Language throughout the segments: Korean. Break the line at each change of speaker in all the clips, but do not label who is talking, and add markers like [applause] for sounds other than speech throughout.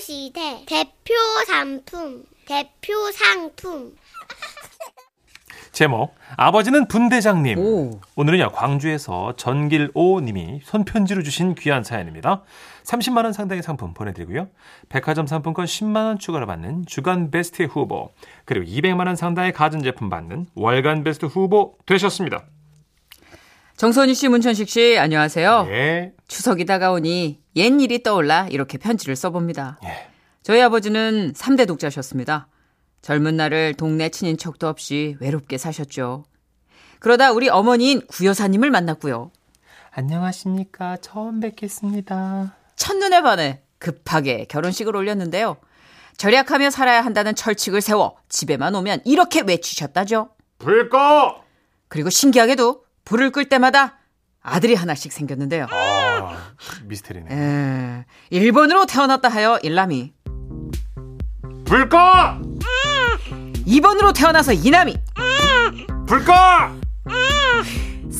시대 대표 상품, 대표 상품.
제목 아버지는 분대장님
오.
오늘은요 광주에서 전길오님이 손편지로 주신 귀한 사연입니다 30만원 상당의 상품 보내드리고요 백화점 상품권 10만원 추가로 받는 주간 베스트 후보 그리고 200만원 상당의 가전제품 받는 월간 베스트 후보 되셨습니다
정선희 씨, 문천식 씨, 안녕하세요.
예.
추석이 다가오니 옛 일이 떠올라 이렇게 편지를 써봅니다.
예.
저희 아버지는 3대 독자셨습니다. 젊은 날을 동네 친인척도 없이 외롭게 사셨죠. 그러다 우리 어머니인 구여사님을 만났고요.
안녕하십니까 처음 뵙겠습니다
첫눈에 반해 급하게 결혼식을 올렸는데요. 절약하며 살아야 한다는 철칙을 세워 집에만 오면 이렇게 외치셨다죠.
불 꺼!
그리고 신기하게도 불을 끌 때마다 아들이 하나씩 생겼는데요.
아, 미스테리네
에, 예. 일본으로 태어났다 하여 일남이,
불 꺼!
이번으로 태어나서 이남이,
불 꺼!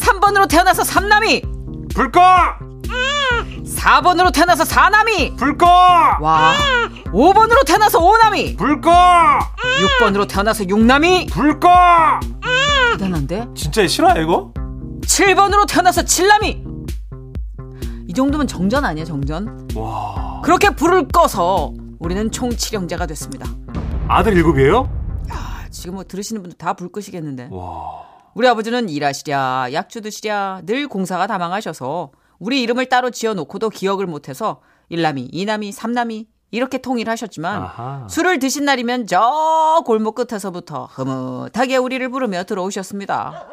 3번으로 태어나서 삼남이,
불 꺼!
4번으로 태어나서 사남이,
불 꺼!
와, 5번으로 태어나서 오남이,
불 꺼!
6번으로 태어나서 육남이,
불 꺼!
대단한데?
진짜 싫어 이거?
7번으로 태어나서 칠남이. 이 정도면 정전 아니야, 정전?
와
그렇게 불을 꺼서 우리는 총 7형제가 됐습니다.
아들 일곱이에요?
아, 지금 뭐 들으시는 분들 다 불 끄시겠는데.
와
우리 아버지는 일하시랴 약주 드시랴 늘 공사가 다망하셔서 우리 이름을 따로 지어놓고도 기억을 못해서 일남이 이남이 삼남이 이렇게 통일하셨지만
아하.
술을 드신 날이면 저 골목 끝에서부터 흐뭇하게 우리를 부르며 들어오셨습니다.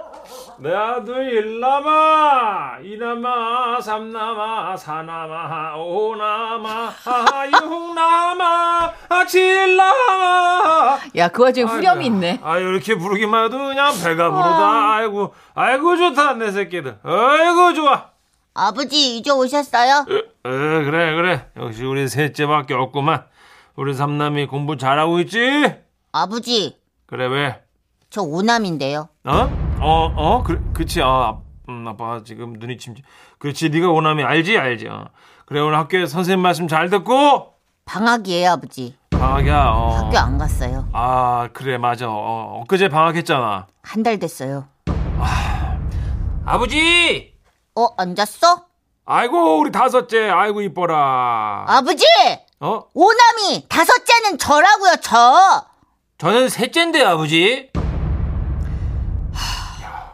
내 아들 일남아 이남아 삼남아 사남아 오남아 아, 육남아 아, 칠남아
야 그 와중에 후렴이 있네.
아유 이렇게 부르기만 해도 그냥 배가 부르다 아이고 아이고 좋다 내 새끼들 아이고 좋아
아버지 이제 오셨어요?
에 그래 그래 역시 우리 셋째밖에 없구만 우리 삼남이 공부 잘하고 있지
아버지
그래 왜
저 오남인데요.
어? 어, 어, 그, 그치, 아, 음, 아빠 지금 눈이 침지. 그렇지, 네가 오남이 알지, 알지. 어. 그래, 오늘 학교에 선생님 말씀 잘 듣고,
방학이에요, 아버지.
방학이야, 어.
학교 안 갔어요.
아, 그래, 맞아. 어, 엊그제 방학했잖아.
한 달 됐어요.
아버지!
어, 안 잤어?
아이고, 우리 다섯째, 아이고, 이뻐라.
아버지!
어?
오남이 다섯째는 저라고요, 저.
저는 셋째인데, 아버지.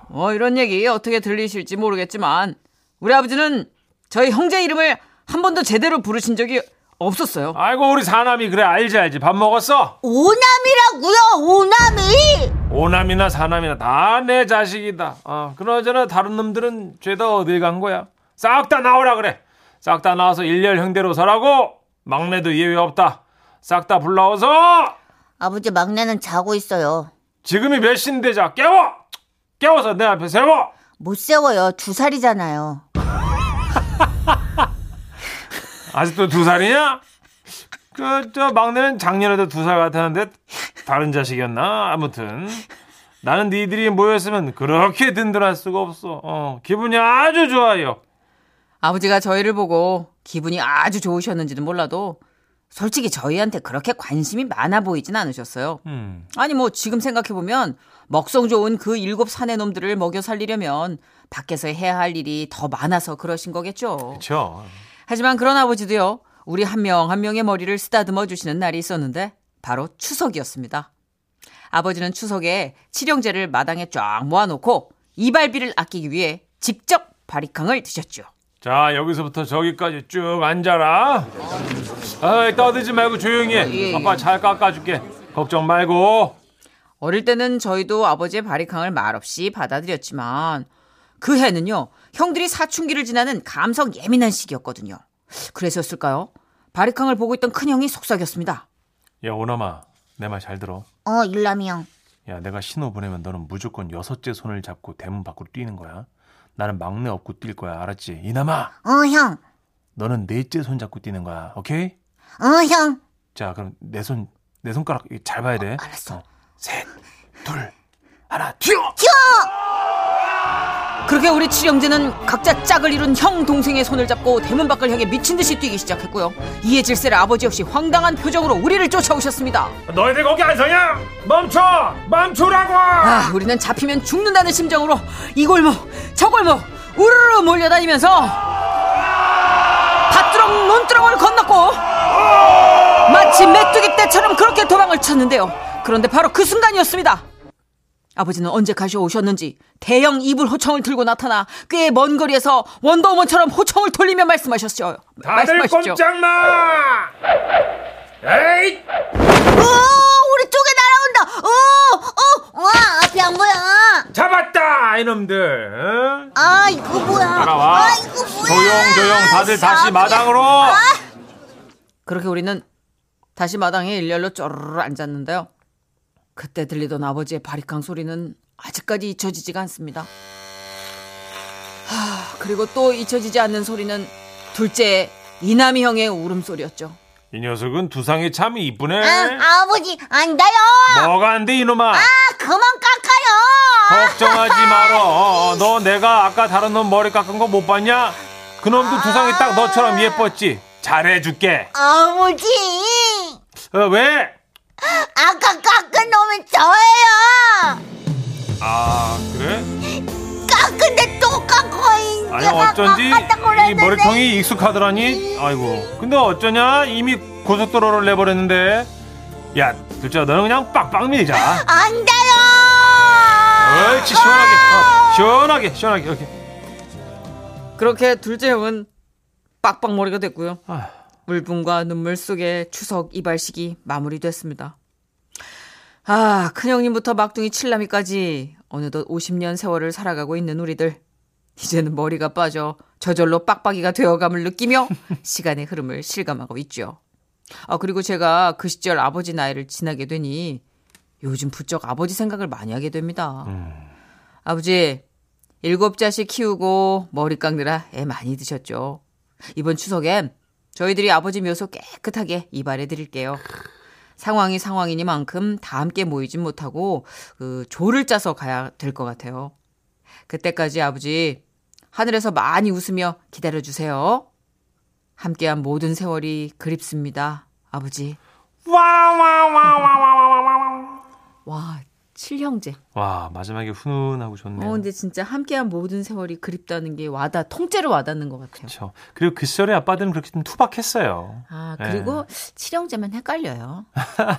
어 이런 얘기 어떻게 들리실지 모르겠지만 우리 아버지는 저희 형제 이름을 한 번도 제대로 부르신 적이 없었어요.
아이고, 우리 사남이, 그래, 알지, 알지. 밥 먹었어?
오남이라고요, 오남이.
오남이나 사남이나 다 내 자식이다. 어, 그나저나 다른 놈들은 죄다 어딜 간 거야. 싹 다 나오라 그래. 싹 다 나와서 일렬 형대로 서라고. 막내도 예외 없다. 싹 다 불러와서
아버지 막내는 자고 있어요.
지금이 몇 시인데 자 깨워. 깨워서 내 앞에 세워.
못 세워요. 두 살이잖아요.
아직도 두 살이냐? 그 저 막내는 작년에도 두 살 같았는데 다른 자식이었나? 아무튼 나는 니들이 모였으면 그렇게 든든할 수가 없어. 어, 기분이 아주 좋아요.
아버지가 저희를 보고 기분이 아주 좋으셨는지는 몰라도 솔직히 저희한테 그렇게 관심이 많아 보이진 않으셨어요.
음.
아니 뭐 지금 생각해보면 먹성 좋은 그 일곱 사내 놈들을 먹여 살리려면 밖에서 해야 할 일이 더 많아서 그러신 거겠죠.
그렇죠.
하지만 그런 아버지도요. 우리 한 명 한 명의 머리를 쓰다듬어 주시는 날이 있었는데 바로 추석이었습니다. 아버지는 추석에 칠형제를 마당에 쫙 모아놓고 이발비를 아끼기 위해 직접 바리캉을 드셨죠.
자 여기서부터 저기까지 쭉 앉아라. 아 떠들지 말고 조용히
예,
해. 아빠 잘 깎아줄게. 걱정 말고.
어릴 때는 저희도 아버지의 바리캉을 말없이 받아들였지만 그 해는요 형들이 사춘기를 지나는 감성 예민한 시기였거든요. 그래서였을까요? 바리캉을 보고 있던 큰 형이 속삭였습니다.
야 오나마 내 말 잘 들어.
어, 일남이 형.
야 내가 신호 보내면 너는 무조건 여섯째 손을 잡고 대문 밖으로 뛰는 거야. 나는 막내 업고 뛸 거야. 알았지? 이남아
어, 형.
너는 넷째 손 잡고 뛰는 거야. 오케이?
어, 형.
자 그럼 내 손 내 손가락 이거 어.
어,
잘 봐야 돼. 알았어. 셋, 둘, 하나, 뛰어.
튀어!
그렇게 우리 칠형제는 각자 짝을 이룬 형 동생의 손을 잡고 대문 밖을 향해 미친 듯이 뛰기 시작했고요. 이에 질세를 아버지 없이 황당한 표정으로 우리를 쫓아오셨습니다.
너희들 거기 안 서냐? 멈춰! 멈추라고!
아, 우리는 잡히면 죽는다는 심정으로 이 골목, 저 골목 우르르 몰려다니면서 밭두렁 논두렁을 건넜고 마치 메뚜기 떼처럼 그렇게 도망을 쳤는데요. 그런데 바로 그 순간이었습니다. 아버지는 언제 가셔 오셨는지 대형 이불 호청을 들고 나타나 꽤 먼 거리에서 원더우먼처럼 호청을 돌리며 말씀하셨죠.
다들
말씀하시죠.
꼼짝 마! 에이!
어, 우리 쪽에 날아온다. 어, 어, 와, 앞이 안 보여.
잡았다! 이놈들!
어?
응?
아, 이거 뭐야?
따라와.
아, 이거 뭐야?
조용, 조용. 다들
진짜
다시
아프게.
마당으로.
그렇게 우리는 다시 마당에 일렬로 쪼르르 앉았는데요. 그때 들리던 아버지의 바리캉 소리는 아직까지 잊혀지지가 않습니다. 하, 그리고 또 잊혀지지 않는 소리는 둘째 이남이 형의 울음소리였죠.
이 녀석은 두상이 참 이쁘네.
아, 아버지, 안 돼요.
뭐가 안 돼, 이놈아.
아, 그만 깎아요.
걱정하지 마라. 어, 어, 너 내가 아까 다른 놈 머리 깎은 거 못 봤냐? 그놈도 두상이 딱 너처럼 예뻤지. 잘해줄게.
아버지,
어, 왜?
아까 깎은 놈은 저예요.
아 그래?
깎은데 또 깎고 있는
아니 어쩐지 이 머리통이 익숙하더라니. 아이고. 근데 어쩌냐? 이미 고속도로를 내버렸는데. 야 둘째 너는 그냥 빡빡 밀자.
안 돼요.
옳지 시원하게 어, 시원하게 시원하게 이렇게.
그렇게 둘째 형은 빡빡머리가 됐고요.
아휴.
울분과 눈물 속에 추석 이발식이 마무리됐습니다. 아, 큰형님부터 막둥이 칠남이까지 어느덧 50년 세월을 살아가고 있는 우리들. 이제는 머리가 빠져 저절로 빡빡이가 되어감을
[laughs]
느끼며 시간의 흐름을 실감하고 있죠. 아, 그리고 제가 그 시절 아버지 나이를 지나게 되니 요즘 부쩍 아버지 생각을 많이 하게 됩니다.
음.
아버지, 일곱 자식 키우고 머리 깎느라 애 많이 드셨죠. 이번 추석엔 저희들이 아버지 묘소 깨끗하게 이발해 드릴게요. 상황이 상황이니만큼 다 함께 모이진 못하고 그 조를 짜서 가야 될 것 같아요. 그때까지 아버지 하늘에서 많이 웃으며 기다려 주세요. 함께한 모든 세월이 그립습니다. 아버지. 와, 칠형제.
와 마지막에 훈훈하고 좋네요.
어, 근데 진짜 함께한 모든 세월이 그립다는 게 와다 통째로 와닿는 것 같아요.
그렇죠. 그리고 그 시절에 아빠들은 그렇게 좀 투박했어요.
아 그리고 칠형제만 헷갈려요.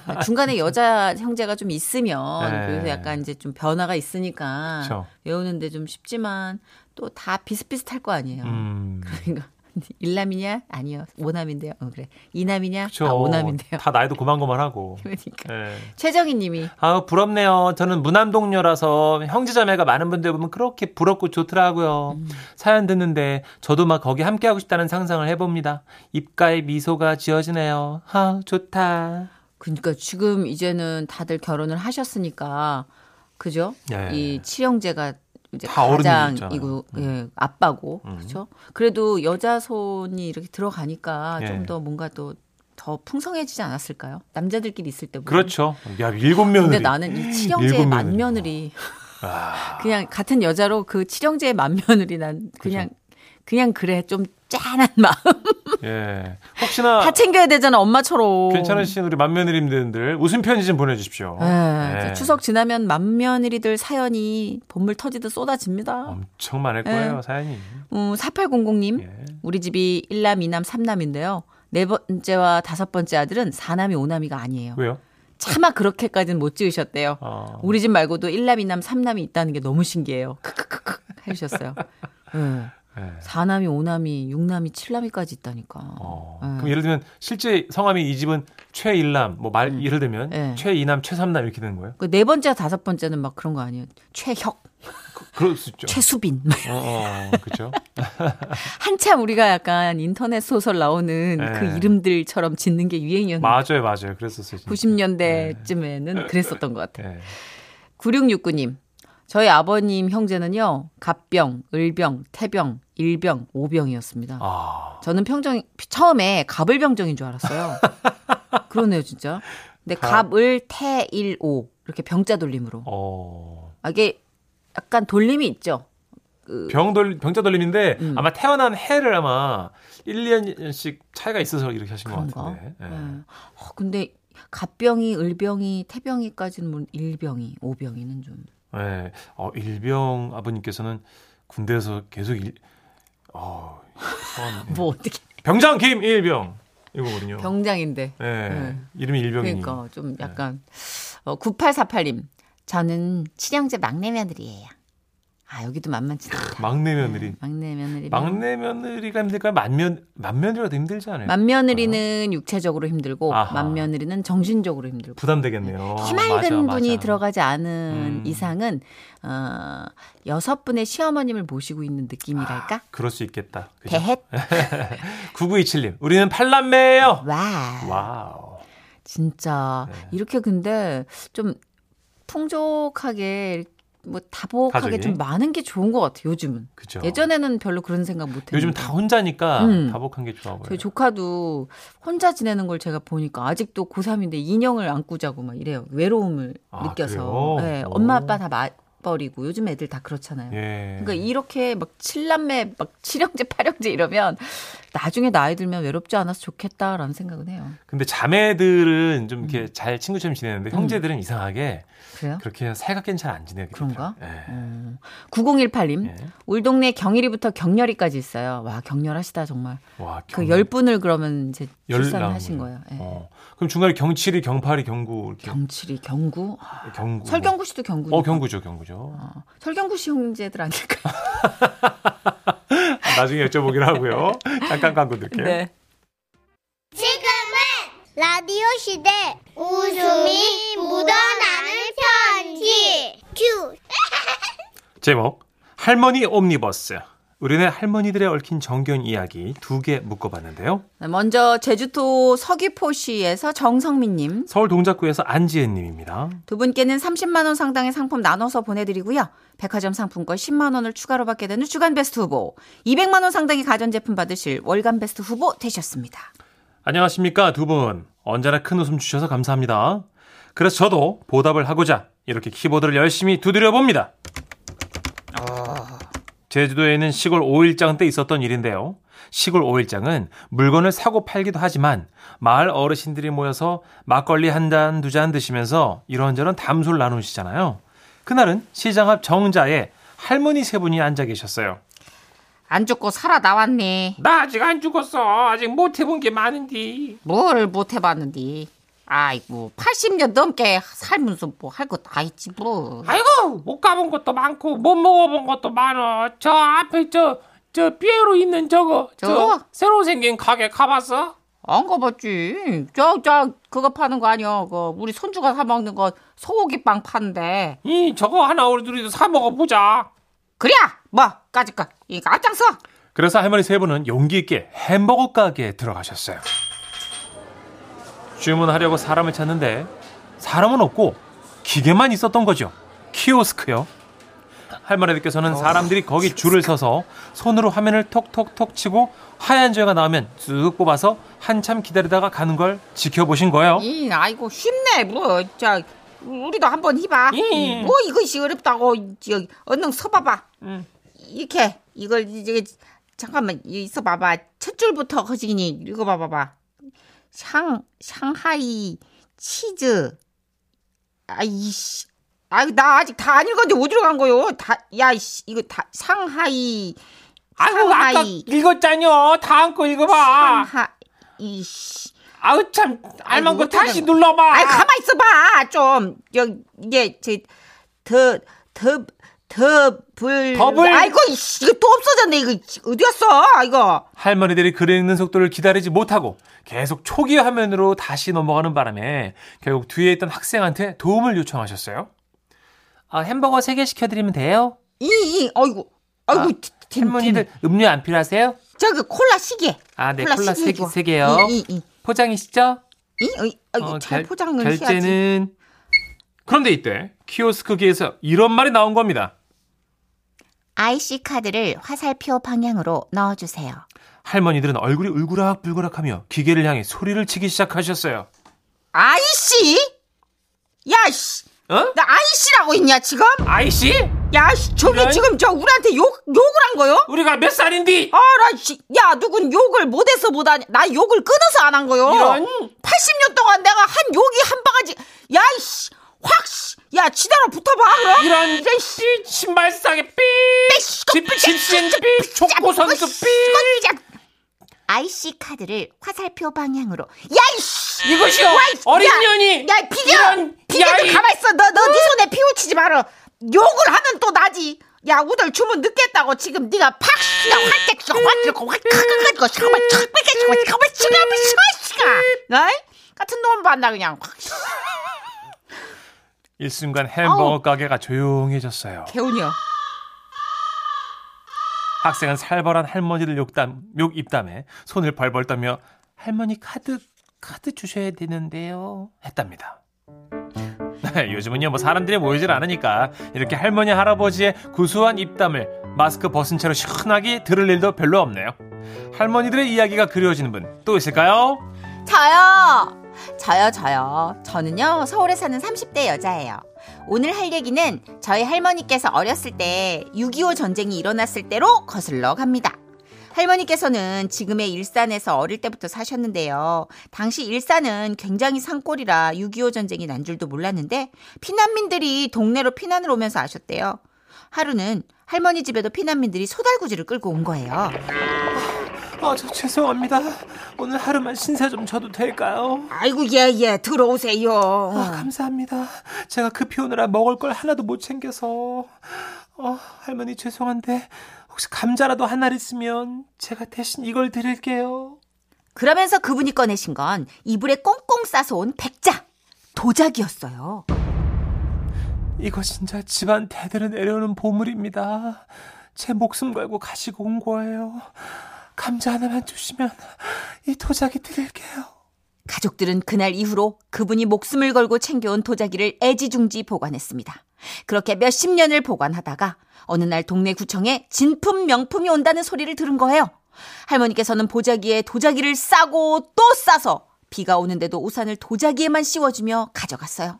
네, 중간에 여자 형제가 좀 있으면
네.
그래서 약간 이제 좀 변화가 있으니까
그쵸.
외우는데 좀 쉽지만 또 다 비슷비슷할 거 아니에요.
음.
그러니까 [laughs] 일남이냐 아니요 오남인데요. 어, 그래 이남이냐
그렇죠.
아, 오남인데요. [laughs]
다 나이도 고만고만하고.
그러니까
예.
최정희님이
아 부럽네요. 저는 무남 동료라서 형제자매가 많은 분들 보면 그렇게 부럽고 좋더라고요.
음.
사연 듣는데 저도 막 거기 함께하고 싶다는 상상을 해봅니다. 입가에 미소가 지어지네요. 아 좋다.
그러니까 지금 이제는 다들 결혼을 하셨으니까 그죠?
예.
이 칠형제가 이제
다 어른이잖아요. 음.
가장이고 예, 아빠고 그렇죠? 그래도 여자 손이 이렇게 들어가니까
예.
좀 더 뭔가 또 더 풍성해지지 않았을까요? 남자들끼리 있을 때보다.
그렇죠. 야 일곱 며느리.
근데 나는 이 칠형제의
일곱 아.
만며느리 [laughs] 그냥 같은 여자로 그 칠형제의 만며느리 난 그냥 그냥 그래 좀 짠한 마음
예. 혹시나
다 챙겨야 되잖아 엄마처럼.
괜찮으신 우리 만며느님들 웃음 편지 좀 보내주십시오.
예,
예.
이제 추석 지나면 만며느리들 사연이 본물 터지듯 쏟아집니다.
엄청 많을 거예요
예.
사연이.
음, 4800님,
예.
우리 집이 1남, 2남, 3남인데요. 네 번째와 다섯 번째 아들은 4남이 5남이가 아니에요.
왜요?
차마 그렇게까지는 못 지으셨대요.
어.
우리 집 말고도 1남, 2남, 3남이 있다는 게 너무 신기해요. 크크크크
[laughs]
해주셨어요. 예.
예.
4남이, 5남이, 6남이, 7남이까지 있다니까.
어,
예.
그럼 예를 들면 실제 성함이 이 집은 최일남 뭐 말 예를 들면
예.
최이남 최삼남 이렇게 되는 거예요?
그네 번째, 다섯 번째는 막 그런 거 아니에요. 최혁,
예. 그럴 수 있죠.
최수빈. [laughs] 음.
어, 어, 그렇죠.
한참 우리가 약간 인터넷 소설 나오는
예.
그 이름들처럼 짓는 게 유행이었는데
맞아요, 맞아요. 그랬었어요. 진짜.
90년대쯤에는 그랬었던 것 같아요.
예.
9669님. 저희 아버님 형제는요. 갑병, 을병, 태병, 일병, 오병이었습니다.
아,
저는 평정 처음에 갑을병정인 줄 알았어요. 그러네요, 진짜. 근데 갑, 을, 태, 일, 오. 이렇게 병자 돌림으로.
어,
아, 이게 약간 돌림이 있죠. 그
병돌 병자 돌림인데
음.
아마 태어난 해를 아마 1, 2년씩 차이가 있어서 이렇게 하신 것
그런가?
같은데. 예.
예. 어, 근데 갑병이, 을병이, 태병이까지는 뭐 일병이, 오병이는 좀
예. 어, 일병 아버님께서는 군대에서 계속 일, 어, 참.
뭐 어떻게
병장 김 일병 이거거든요.
병장인데.
예.
네.
이름이 일병이니.
그러니까 좀
네.
약간 어, 9848님 저는 칠형제 막내 며느리예요. 아 여기도 만만치 않다.
막내 며느리.
막내 며느리.
막내 며느리가 힘들까요? 만면 만면이라도 힘들지 않아요?
만며느리는 육체적으로 힘들고
아하.
만며느리는 정신적으로 힘들고
부담되겠네요.
희맑은
맞아,
분이
맞아.
들어가지 않은
음.
이상은 어, 여섯 분의 시어머님을 모시고 있는 느낌이랄까?
그럴 수 있겠다. 그죠? [laughs]
대헷
9927님. 우리는 팔남매예요.
와
와우.
진짜
네.
이렇게 근데 좀 풍족하게 뭐 다복하게
가족이?
좀 많은 게 좋은 것 같아요 요즘은
그죠?
예전에는 별로 그런 생각 못했는데
요즘 다 혼자니까
음.
다복한 게 좋아 보여요.
저희 조카도 혼자 지내는 걸 제가 보니까 아직도 고3인데 인형을 안고 자고 막 이래요. 외로움을
아,
느껴서.
그래요?
예,
오.
엄마 아빠 다 맞벌이고 요즘 애들 다 그렇잖아요.
예.
그러니까 이렇게 막 7남매 막 7형제 8형제 이러면 나중에 나이 들면 외롭지 않아서 좋겠다라는 생각은 해요.
근데 자매들은 좀 이렇게 잘 친구처럼 지내는데 형제들은 이상하게
음. 그래요?
그렇게 살갑게는 잘 안 지내요.
그런가? 음.
예.
어, 9018님.
예.
울 동네 경일이부터 경렬이까지 있어요. 와, 경렬하시다 정말.
와,
그
경-
10분을 그러면 이제
열
출산하신
나온
거예요. 예.
어. 그럼 중간에 경칠이, 경팔이, 경구 이렇게
경칠이 경구?
경구.
설경구 씨도 경구니까.
어, 경구죠, 경구죠.
어, 설경구 씨 형제들 아닐까?
나중에 여쭤보기로
[laughs]
하고요. 잠깐 광고
네.
드릴게요.
지금은 라디오 시대 웃음이 묻어나는 편지 큐
제목 할머니 옴니버스. 우리네 할머니들의 얽힌 정겨운 이야기 두 개 묶어봤는데요.
네, 먼저 제주도 서귀포시에서 정성민님
서울 동작구에서 안지은님입니다.
두 분께는 30만 원 상당의 상품 나눠서 보내드리고요. 백화점 상품권 10만 원을 추가로 받게 되는 주간 베스트 후보, 200만 원 상당의 가전제품 받으실 월간 베스트 후보 되셨습니다.
안녕하십니까 두 분. 언제나 큰 웃음 주셔서 감사합니다. 그래서 저도 보답을 하고자 이렇게 키보드를 열심히 두드려 봅니다. 제주도에 있는 시골 5일장 때 있었던 일인데요. 시골 5일장은 물건을 사고 팔기도 하지만 마을 어르신들이 모여서 막걸리 한 잔 두 잔 드시면서 이런저런 담소를 나누시잖아요. 그날은 시장 앞 정자에 할머니 세 분이 앉아 계셨어요.
안 죽고 살아 나왔네.
나 아직 안 죽었어. 아직 못 해본 게 많은데.
뭐를 못 해봤는디. 아이고, 80년 넘게 살면서 뭐 할 거 다 있지 뭐.
아이고 못 가본 것도 많고 못 먹어본 것도 많아. 저 앞에 저 저 삐에로 있는 저거 저?
저거?
새로 생긴 가게 가봤어?
안 가봤지. 저, 저, 그거 파는 거 아니야. 그, 우리 손주가 사먹는 거 소고기 빵 파는데.
이 저거 하나 우리 둘이서 사 먹어보자.
그래! 뭐, 까짓거. 이거 앞장서!
그래서 할머니 세 분은 용기 있게 햄버거 가게에 들어가셨어요. 주문하려고 사람을 찾는데 사람은 없고 기계만 있었던 거죠. 키오스크요. 할머니들께서는 사람들이 거기 줄을 서서 손으로 화면을 톡톡톡 치고 하얀 조회가 나오면 쑥 뽑아서 한참 기다리다가 가는 걸 지켜보신 거예요.
이, 아이고, 쉽네. 뭐, 자, 우리도 한번 해봐.
예.
뭐, 이것이 어렵다고. 저, 얼른 서봐봐. 이렇게, 이걸, 이제, 잠깐만, 이 있어봐봐. 첫 줄부터 허지니 읽어봐봐봐. 상, 상하이, 치즈. 아이씨. 아유, 나 아직 다 안 읽었는데 어디로 간 거요? 다, 야, 이씨, 이거 다, 상하이.
아이고 아까
상하이.
읽었잖여. 다음 거 읽어봐.
상하, 이씨.
아우 참 알만
아이고,
거 다시
못하네.
눌러봐.
아이 가만 있어봐 좀 여기 이게 제더더 더블
더블.
아이고 이씨, 이거 또 없어졌네 이거 어디 갔어 이거
할머니들이 글 읽는 속도를 기다리지 못하고 계속 초기 화면으로 다시 넘어가는 바람에 결국 뒤에 있던 학생한테 도움을 요청하셨어요. 아, 햄버거 3개 시켜드리면 돼요?
이이 아이고 아이고 아,
음료 안 필요하세요?
저기 콜라 시계
아, 네, 콜라
시계
세
이거.
개- 세 개요.
이, 이, 이.
포장이시죠?
이? 어이, 아이고
어,
잘
결-
포장을 해야지
결제는 그런데 이때 키오스크기에서 이런 말이 나온 겁니다.
IC 카드를 화살표 방향으로 넣어주세요.
할머니들은 얼굴이 울그락불그락하며 기계를 향해 소리를 치기 시작하셨어요.
아이씨 야씨
어?
나 아이씨라고 했냐 지금
아이씨?
야, 씨, 저기
이런.
지금 저 우리한테 욕, 욕을 한 거요?
우리가 몇 살인디?
아, 나, 씨, 야, 누군 욕을 못해서 못하냐. 나 욕을 끊어서 안 한 거요.
이런.
80년 동안 내가 한 욕이 한 바가지. 야, 이씨, 확, 씨. 야, 지대로 붙어봐, 그럼.
이런
이제, 씨,
신발 싸게 삐.
씨,
집신 삐. 촉구 선수 그 삐.
IC 카드를 화살표 방향으로
야, 이씨.
이것이요, 어린 년이
야, 비교.
이런,
비교
야,
좀
이-
가만 있어. 너, 너 네 손에 피우치지 마라. 욕을 하면 또 나지. 야, 우들 주문 늦겠다고 지금 네가 팍, 나 활짝, 씨, 활짝, 확 가가지고 잠깐만, 잠깐만, 잠깐만, 잠깐만, 잠깐만, 잠깐만, 나 같은 놈 봤나 그냥 확.
일순간 햄버거
아우.
가게가 조용해졌어요.
개운이요.
학생은 살벌한 할머니들 욕담, 욕 입담에 손을 벌벌 떠며 할머니 카드 카드 주셔야 되는데요 했답니다. [laughs] 요즘은요 뭐 사람들이 모이질 않으니까 이렇게 할머니 할아버지의 구수한 입담을 마스크 벗은 채로 시원하게 들을 일도 별로 없네요. 할머니들의 이야기가 그리워지는 분 또 있을까요?
저요. 저요, 저요. 저는요, 서울에 사는 30대 여자예요. 오늘 할 얘기는 저희 할머니께서 어렸을 때 6.25 전쟁이 일어났을 때로 거슬러 갑니다. 할머니께서는 지금의 일산에서 어릴 때부터 사셨는데요. 당시 일산은 굉장히 산골이라 6.25 전쟁이 난 줄도 몰랐는데 피난민들이 동네로 피난을 오면서 아셨대요. 하루는 할머니 집에도 피난민들이 소달구지를 끌고 온 거예요.
아 저 죄송합니다. 오늘 하루만 신세 좀 져도 될까요?
아이고 예예 들어오세요.
아, 감사합니다. 제가 급히 오느라 먹을 걸 하나도 못 챙겨서. 어, 할머니 죄송한데 혹시 감자라도 한 알 있으면 제가 대신 이걸 드릴게요.
그러면서 그분이 꺼내신 건 이불에 꽁꽁 싸서 온 백자 도자기였어요.
이거 진짜 집안 대대로 내려오는 보물입니다. 제 목숨 걸고 가시고 온 거예요. 감자 하나만 주시면 이 도자기 드릴게요.
가족들은 그날 이후로 그분이 목숨을 걸고 챙겨온 도자기를 애지중지 보관했습니다. 그렇게 몇십 년을 보관하다가 어느 날 동네 구청에 진품 명품이 온다는 소리를 들은 거예요. 할머니께서는 보자기에 도자기를 싸고 또 싸서 비가 오는데도 우산을 도자기에만 씌워주며 가져갔어요.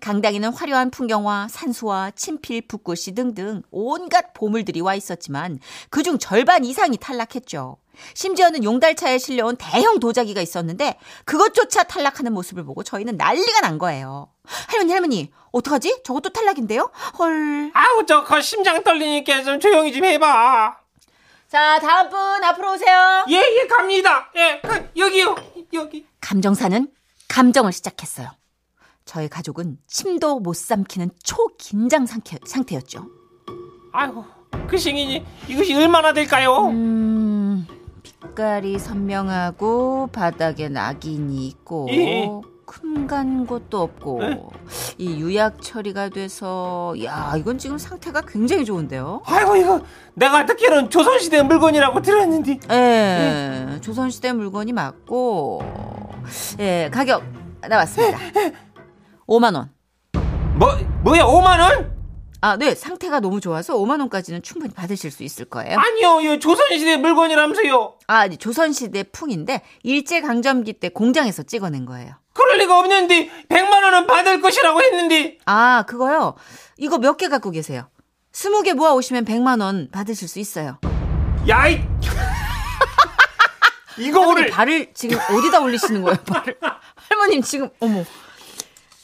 강당에는 화려한 풍경화, 산수화, 친필, 붓글씨 등등 온갖 보물들이 와 있었지만 그중 절반 이상이 탈락했죠. 심지어는 용달차에 실려온 대형 도자기가 있었는데 그것조차 탈락하는 모습을 보고 저희는 난리가 난 거예요. 할머니, 할머니, 어떡하지? 저것도 탈락인데요? 헐.
아우 저거 심장 떨리니까 좀 조용히 좀 해봐.
자, 다음 분 앞으로 오세요.
예예 갑니다. 예 가- 여기요 여기.
감정사는 감정을 시작했어요. 저희 가족은 침도 못 삼키는 초긴장 상태- 상태였죠.
아이고 그 싱이니 이것이 얼마나 될까요?
음, 빛깔이 선명하고 바닥에 낙인이 있고
예.
큼간 곳도 없고
예?
이 유약 처리가 돼서 야 이건 지금 상태가 굉장히 좋은데요.
아이고 이거 내가 듣기로는 조선시대 물건이라고 들었는데
예, 조선시대 물건이 맞고 예 가격 [laughs] 나왔습니다. 5만 원.
뭐 뭐야 5만 원?
아, 네 상태가 너무 좋아서 5만 원까지는 충분히 받으실 수 있을 거예요.
아니요 이거 조선시대 물건이라면서요.
아, 이제 조선시대 풍인데 일제 강점기 때 공장에서 찍어낸 거예요.
그럴 리가 없는데 100만 원은 받을 것이라고 했는데
아, 그거요? 이거 몇 개 갖고 계세요? 스무 개 모아 오시면 100만 원 받으실 수 있어요.
야이 [laughs] 이거
할머니
오늘
발을 지금 어디다 올리시는
[laughs]
거예요, 발을? 할머님 지금 어머.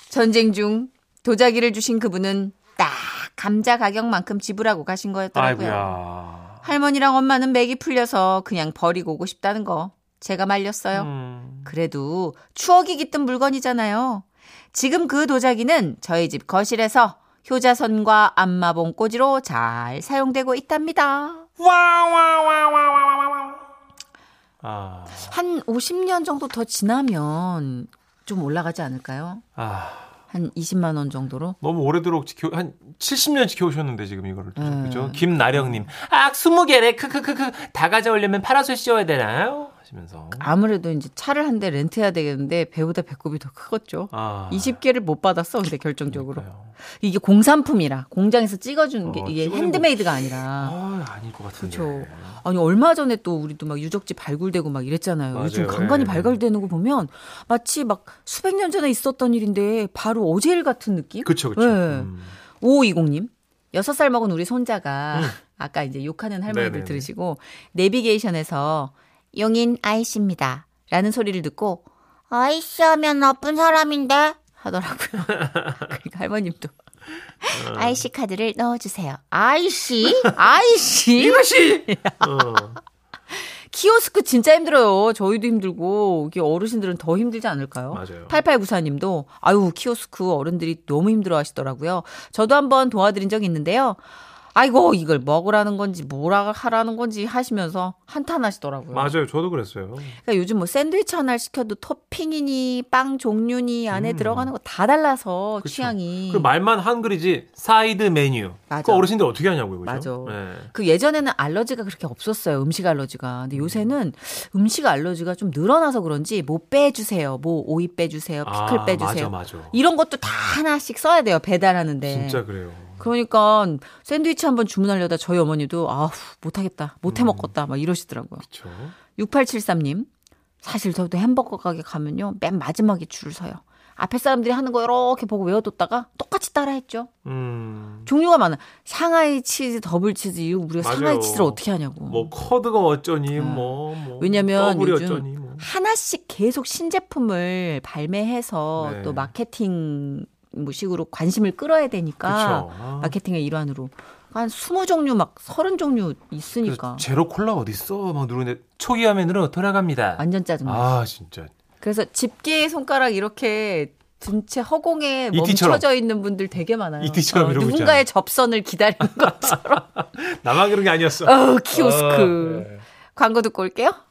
전쟁 중 도자기를 주신 그분은 딱 감자 가격만큼 지불하고 가신 거였더라고요.
아이고야.
할머니랑 엄마는 맥이 풀려서 그냥 버리고 오고 싶다는 거 제가 말렸어요.
음.
그래도 추억이 깃든 물건이잖아요. 지금 그 도자기는 저희 집 거실에서 효자선과 안마봉 꽂이로 잘 사용되고 있답니다.
와와와와와와와
아,
한 50년 정도 더 지나면 좀 올라가지 않을까요?
아,
한 20만 원 정도로?
너무 오래도록 지켜 한 70년 지켜오셨는데 지금 이거를
음.
그죠? 김나령님
악 20개래 크크크크 다 가져오려면 파라솔 씌워야 되나요?
하시면서
아무래도 이제 차를 한 대 렌트해야 되겠는데 배보다 배꼽이 더 크겠죠.
아,
20개를 못 받았어, 근데 결정적으로.
그러니까요.
이게 공산품이라 공장에서 찍어주는 게
어,
이게
찍어주는
핸드메이드가 아니라.
아, 아닐 것 같은데.
그렇죠. 아니 얼마 전에 또 우리도 막 유적지 발굴되고 막 이랬잖아요.
맞아요.
요즘 간간히
예.
발굴되는 거 보면 마치 막 수백 년 전에 있었던 일인데 바로 어제일 같은 느낌?
그쵸, 그쵸.
예.
음.
5520님. 여섯 살 먹은 우리 손자가 아까 이제 욕하는 할머니들
네네네.
들으시고 내비게이션에서 용인 아이씨입니다. 라는 소리를 듣고
아이씨 하면 나쁜 사람인데
하더라고요. [laughs] 그러니까 할머님도 아이씨 카드를 넣어주세요.
[laughs]
아이씨? 아이씨? [laughs]
이것이 어.
키오스크 진짜 힘들어요. 저희도 힘들고 이게 어르신들은 더 힘들지 않을까요?
맞아요.
8894님도 아유 키오스크 어른들이 너무 힘들어 하시더라고요. 저도 한번 도와드린 적이 있는데요. 아이고 이걸 먹으라는 건지 뭐라 하라는 건지 하시면서 한탄하시더라고요.
맞아요. 저도 그랬어요.
그러니까 요즘 뭐 샌드위치 하나 시켜도 토핑이니 빵 종류니 안에
음.
들어가는 거 다 달라서
그쵸.
취향이.
그 말만 한글이지 사이드 메뉴.
음. 맞아.
그 어르신들 어떻게 하냐고요, 그죠?
맞아.
예.
그 예전에는 알러지가 그렇게 없었어요. 음식 알러지가. 근데 요새는 음식 알러지가 좀 늘어나서 그런지 뭐 빼주세요. 뭐 오이 빼주세요. 피클
아,
빼주세요. 예.
맞아, 맞아.
이런 것도 다 하나씩 써야 돼요. 배달하는데.
진짜 그래요.
그러니까 샌드위치 한번 주문하려다 저희 어머니도 아우 못하겠다. 못해
음.
먹겠다. 막 이러시더라고요.
그렇죠.
6873님. 사실 저도 햄버거 가게 가면요. 맨 마지막에 줄을 서요. 앞에 사람들이 하는 거 이렇게 보고 외워뒀다가 똑같이 따라했죠.
음.
종류가 많아. 상하이 치즈, 더블 치즈, 이거 우리가
맞아요.
상하이 치즈를 어떻게 하냐고.
뭐 커드가 어쩌니 뭐, 뭐
음. 왜냐면
더블이
요즘
어쩌니 뭐.
하나씩 계속 신제품을 발매해서
네.
또 마케팅 뭐 식으로 관심을 끌어야 되니까
그렇죠. 아,
마케팅의 일환으로 한 20종류 막 30종류
그래서
있으니까
제로 콜라 어디 있어? 막 누르는데 초기 화면으로 돌아갑니다.
완전 짜증나.
아, 진짜.
그래서 집게의 손가락 이렇게 둔채 허공에
이티처럼.
멈춰져 있는 분들 되게 많아요. 어,
이티처럼 이러고
누군가의 접선을 [laughs] 기다리는 것처럼.
나만 그런 게 아니었어. 네.
어우, 키오스크. 광고 듣고 올게요.